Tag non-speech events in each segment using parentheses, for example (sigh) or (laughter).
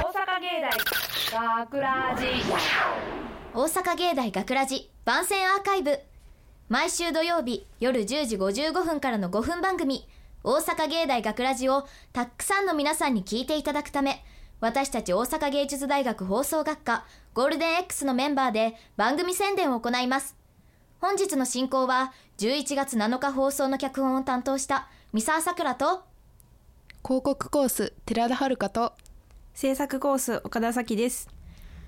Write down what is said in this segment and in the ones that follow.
大学ラジ大阪芸大学ラジ番宣アーカイブ毎週土曜日夜10時55分からの5分番組「大阪芸大学ラジをたくさんの皆さんに聞いていただくため私たち大阪芸術大学放送学科ゴールデン X のメンバーで番組宣伝を行います本日の進行は11月7日放送の脚本を担当した三沢さくらと広告コース寺田遥と制作コース岡田咲です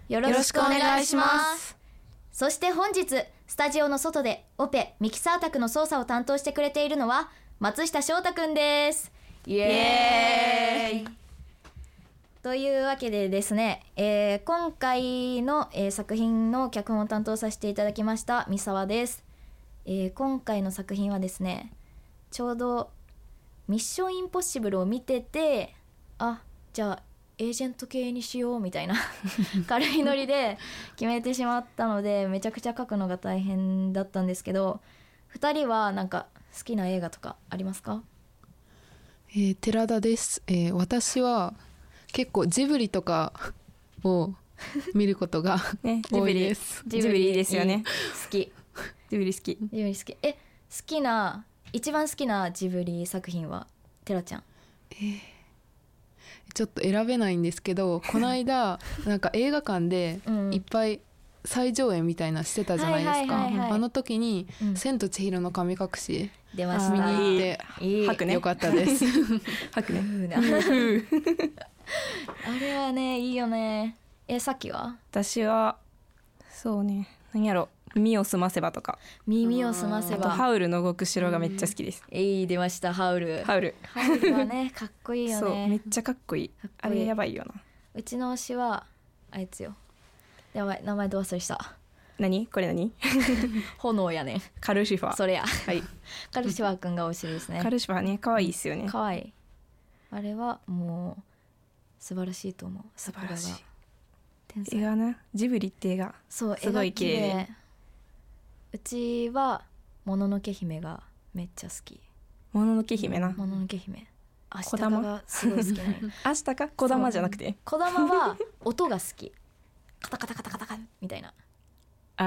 よろしくお願いしますそして本日スタジオの外でオペミキサー宅の操作を担当してくれているのは松下翔太くんですイエーイというわけでですね、えー今回の、えー作品の脚本を担当させていただきました三沢です、えー今回の作品はですねちょうど「ミッションインポッシブル」を見ててあじゃあエージェント系にしようみたいな (laughs) 軽いノリで決めてしまったのでめちゃくちゃ書くのが大変だったんですけど2人はなんか好きな映画とかありますかえー寺田です、えー私は結構ジブリとかを見ることがねジ多ブいリですジブリいいですよね好きジブリ好きジブリ好きえ好きな一番好きなジブリ作品はテラちゃんちょっと選べないんですけどこの間なんか映画館でうんいっぱい再上映みたいなしてたじゃないですはいはいはいはいかあの時にう「ん千と千尋の神隠し出まし」見にた行いいっていい吐くねよかったです吐くねうなあれはねいいよねえさっきは私はそうね何やろ耳を澄ませばとか耳を澄ませあとばハウルの動く城がめっちゃ好きですえい出ましたハウルハウルハウルはねかっこいいよそうめねっちゃかっこいいかっこあいいれやばいよなうちの推しはあいつよやばい名前どう忘れした何これ何炎やねんカルシファーそれやはいカルシファーくんが推しですねカルシファーね可愛いですよねかわいいあれはもう素晴らしいと思う素晴らし桜いが天映才画なジブリって映画そうすごい綺麗絵がうちはもののけ姫がめっちゃ好きもののけ姫なもののけ姫あし小た玉がすごい好きなの (laughs) よ明日か小玉じゃなくて小玉は音が好きカタカタカタカタカタみたいなあ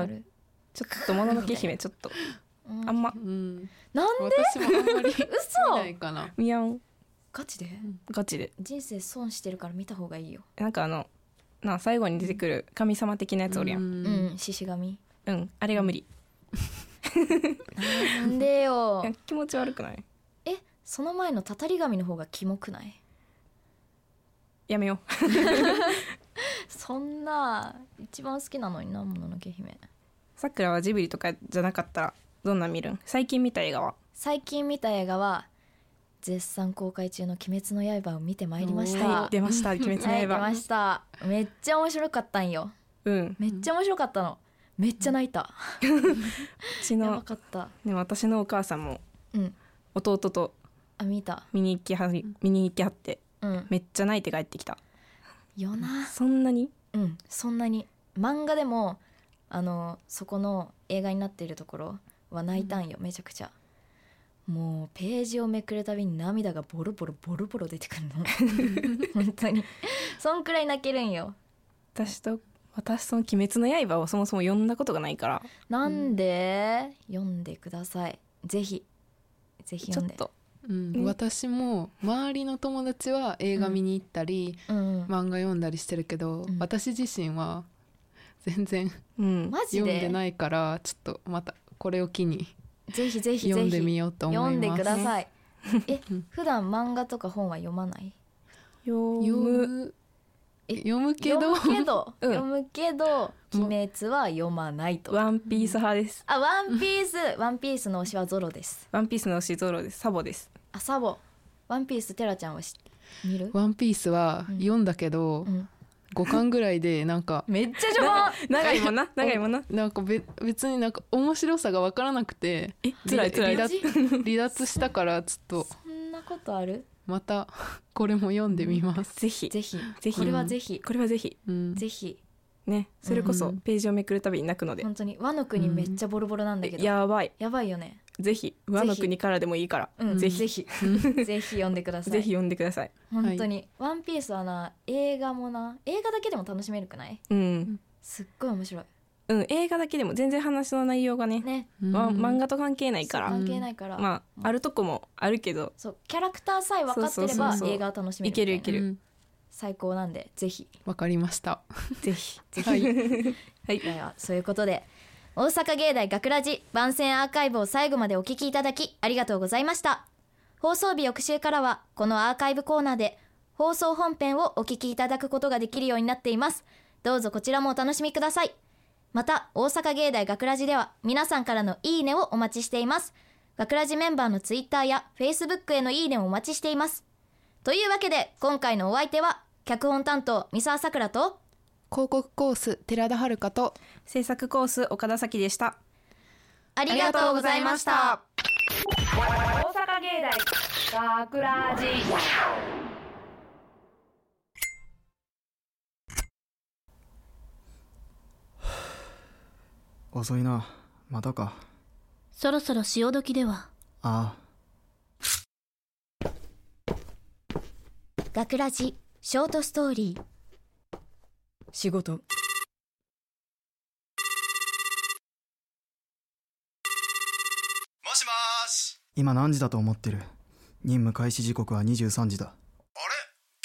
わかーるちょっともののけ姫ちょっとうんあんまうんなん私もあんまり見な嘘いかな (laughs) 見やんガチでガチで人生損してるから見た方がいいよなんかあのなあ最後に出てくる神様的なやつおるやんううん獅子 (laughs) 神うん、あれが無理なんでよいや気持ち悪くないえその前のたたり神の方がキモくないやめよそんな一番好きなのになもののけ姫うさくらはジブリとかじゃなかったらどんなん見るん最近見た映画は最近見た映画は絶賛公開中の「鬼滅の刃」を見てまいりましたおーははいい出ました鬼滅の出刃、ましためっちゃ面白かったんようんめっちゃ面白かったのめっちゃ泣いた、うちやばのかったでも私のお母さんもうん弟とあ見た見に行きはり見に行きはってうんめっちゃ泣いて帰ってきたよなそんなにうんそんなに漫画でもあのそこの映画になっているところは泣いたんよ、めちゃくちゃもうページをめくるたびに涙がボロボロボロボロ出てくる (laughs) の本当にそんくらい泣けるんよ私と私その鬼滅の刃をそもそも読んだことがないからなんで、読んでくださいぜひぜひちょ読んっでとうん、ね私も周りの友達は映画見に行ったり、うん、漫画読んだりしてるけど、うん私自身は全然うんマジ読んででないからちょっとまたこれを機にぜひぜひぜひ読んでみようと思い読んますでくださいえ普段漫画とか本は読まない読読むむえ読むけど読むけど、うん読むけどもう鬼滅は読まないとワンピース派ですあワンピースワンピースの推しはゾロですワンピースの推しゾロですサボですあサボワンピーステラちゃんは知見るワンピースはうん読んだけど、うん五巻ぐらいでなんかめっちゃ序盤長いもんな長いもんななんかべ別になんか面白さが分からなくてえ辛い辛い離脱離脱したからちょっと (laughs) そんなことあるまたこれも読んでみます。ぜひぜひぜひこれはぜひこれはぜひうん、ぜひねそれこうそんページをめくるたびに泣くので、本当に和の国めっちゃボロボロなんだけえど、やばいやばいよねぜひ和の国からでもいいから、うんぜぜひひぜひ読んでくださいぜひ読んでください。本当に、ワンピースはな映画もな映画だけでも楽しめるくないうん、すっごい面白うん、映画だけでも全然話の内容がねい、ねま漫画画と関係ないから、関係ないから、まああるとこもあるけど、そうキャラクターさえ分かってれそうそうばそうそう映画は楽しめるいけるいけるる、最高なんでぜひわかりました。 (laughs) ぜひ。 (laughs) はい。はい、ではそういうことで大阪芸大学ラジ番宣アーカイブを最後までお聞きいただきありがとうございました放送日翌週からはこのアーカイブコーナーで放送本編をお聞きいただくことができるようになっていますどうぞこちらもお楽しみくださいまた大阪芸大学ラジでは皆さんからのいいねをお待ちしています学ラジメンバーのツイッターやフェイスブックへのいいねをお待ちしていますというわけで今回のお相手は脚本担当三沢さくらと広告コース寺田遥と制作コース岡田咲でした。ありがとうございました。大阪芸大学ラジ遅いなまたかそろそろ潮時ではあ学ラジショートストーリー仕事もしもーし今何時だと思ってる任務開始時刻は23時だあれ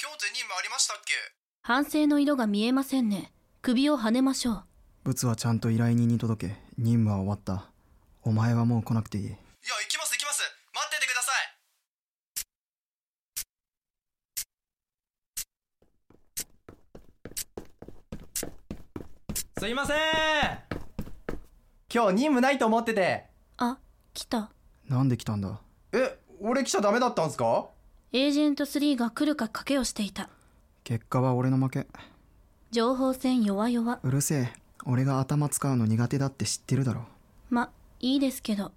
今日って任務ありましたっけ反省の色が見えませんね首を跳ねましょうブツはちゃんと依頼人に届け任務は終わったお前はもう来なくていいいや行きます行きます待っててくださいすいません今日任務ないと思っててあ来たなんで来たんだえ俺来ちゃダメだったんすかエージェント3が来るか賭けをしていた結果は俺の負け情報戦弱々うるせえ俺が頭使うの苦手だって知ってるだろまいいですけど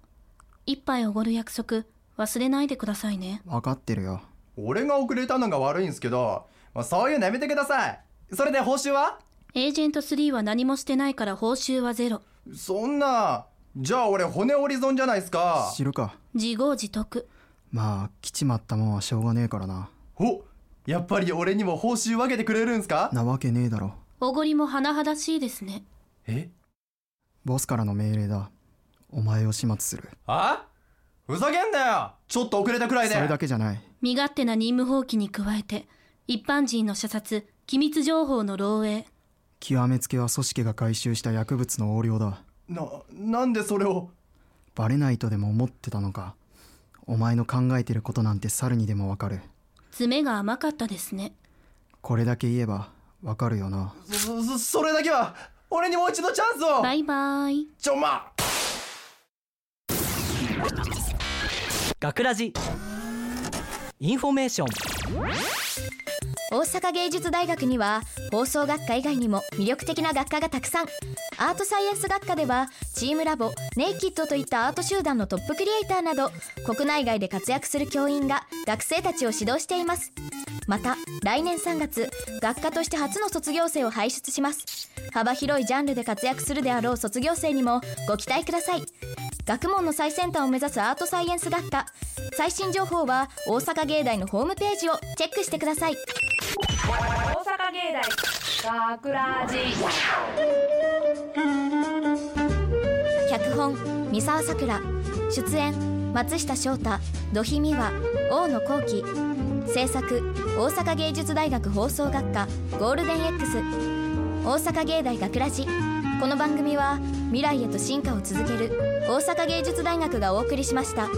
一杯おごる約束忘れないでくださいね分かってるよ俺が遅れたのが悪いんすけど、まあ、そういうのやめてくださいそれで報酬はエージェント3は何もしてないから報酬はゼロそんなじゃあ俺骨折り損じゃないっすか知るか自業自得まあ来ちまったもんはしょうがねえからなおやっぱり俺にも報酬分けてくれるんすかなわけねえだろおごりも甚だしいですねえボスからの命令だお前を始末するあふざけんなよちょっと遅れたくらいでそれだけじゃない身勝手な任務放棄に加えて一般人の射殺機密情報の漏洩極めつけは組織が回収した薬物の横領だななんでそれをバレないとでも思ってたのかお前の考えてることなんて猿にでもわかる爪が甘かったですねこれだけ言えばわかるよなそそそれだけは俺にもう一度チャンスをバイバイちょま学ラジインフォメーション大阪芸術大学には放送学科以外にも魅力的な学科がたくさんアートサイエンス学科ではチームラボネイキッドといったアート集団のトップクリエイターなど国内外で活躍する教員が学生たちを指導していますまた来年3月学科として初の卒業生を輩出します幅広いジャンルで活躍するであろう卒業生にもご期待ください学問の最先端を目指すアートサイエンス学科最新情報は大阪芸大のホームページをチェックしてください大阪芸大学ラジ脚本三沢さくら出演松下翔太土肥美和大野幸喜制作大阪芸術大学放送学科ゴールデン X 大阪芸大学ラジこの番組は未来へと進化を続ける大阪芸術大学がお送りしました。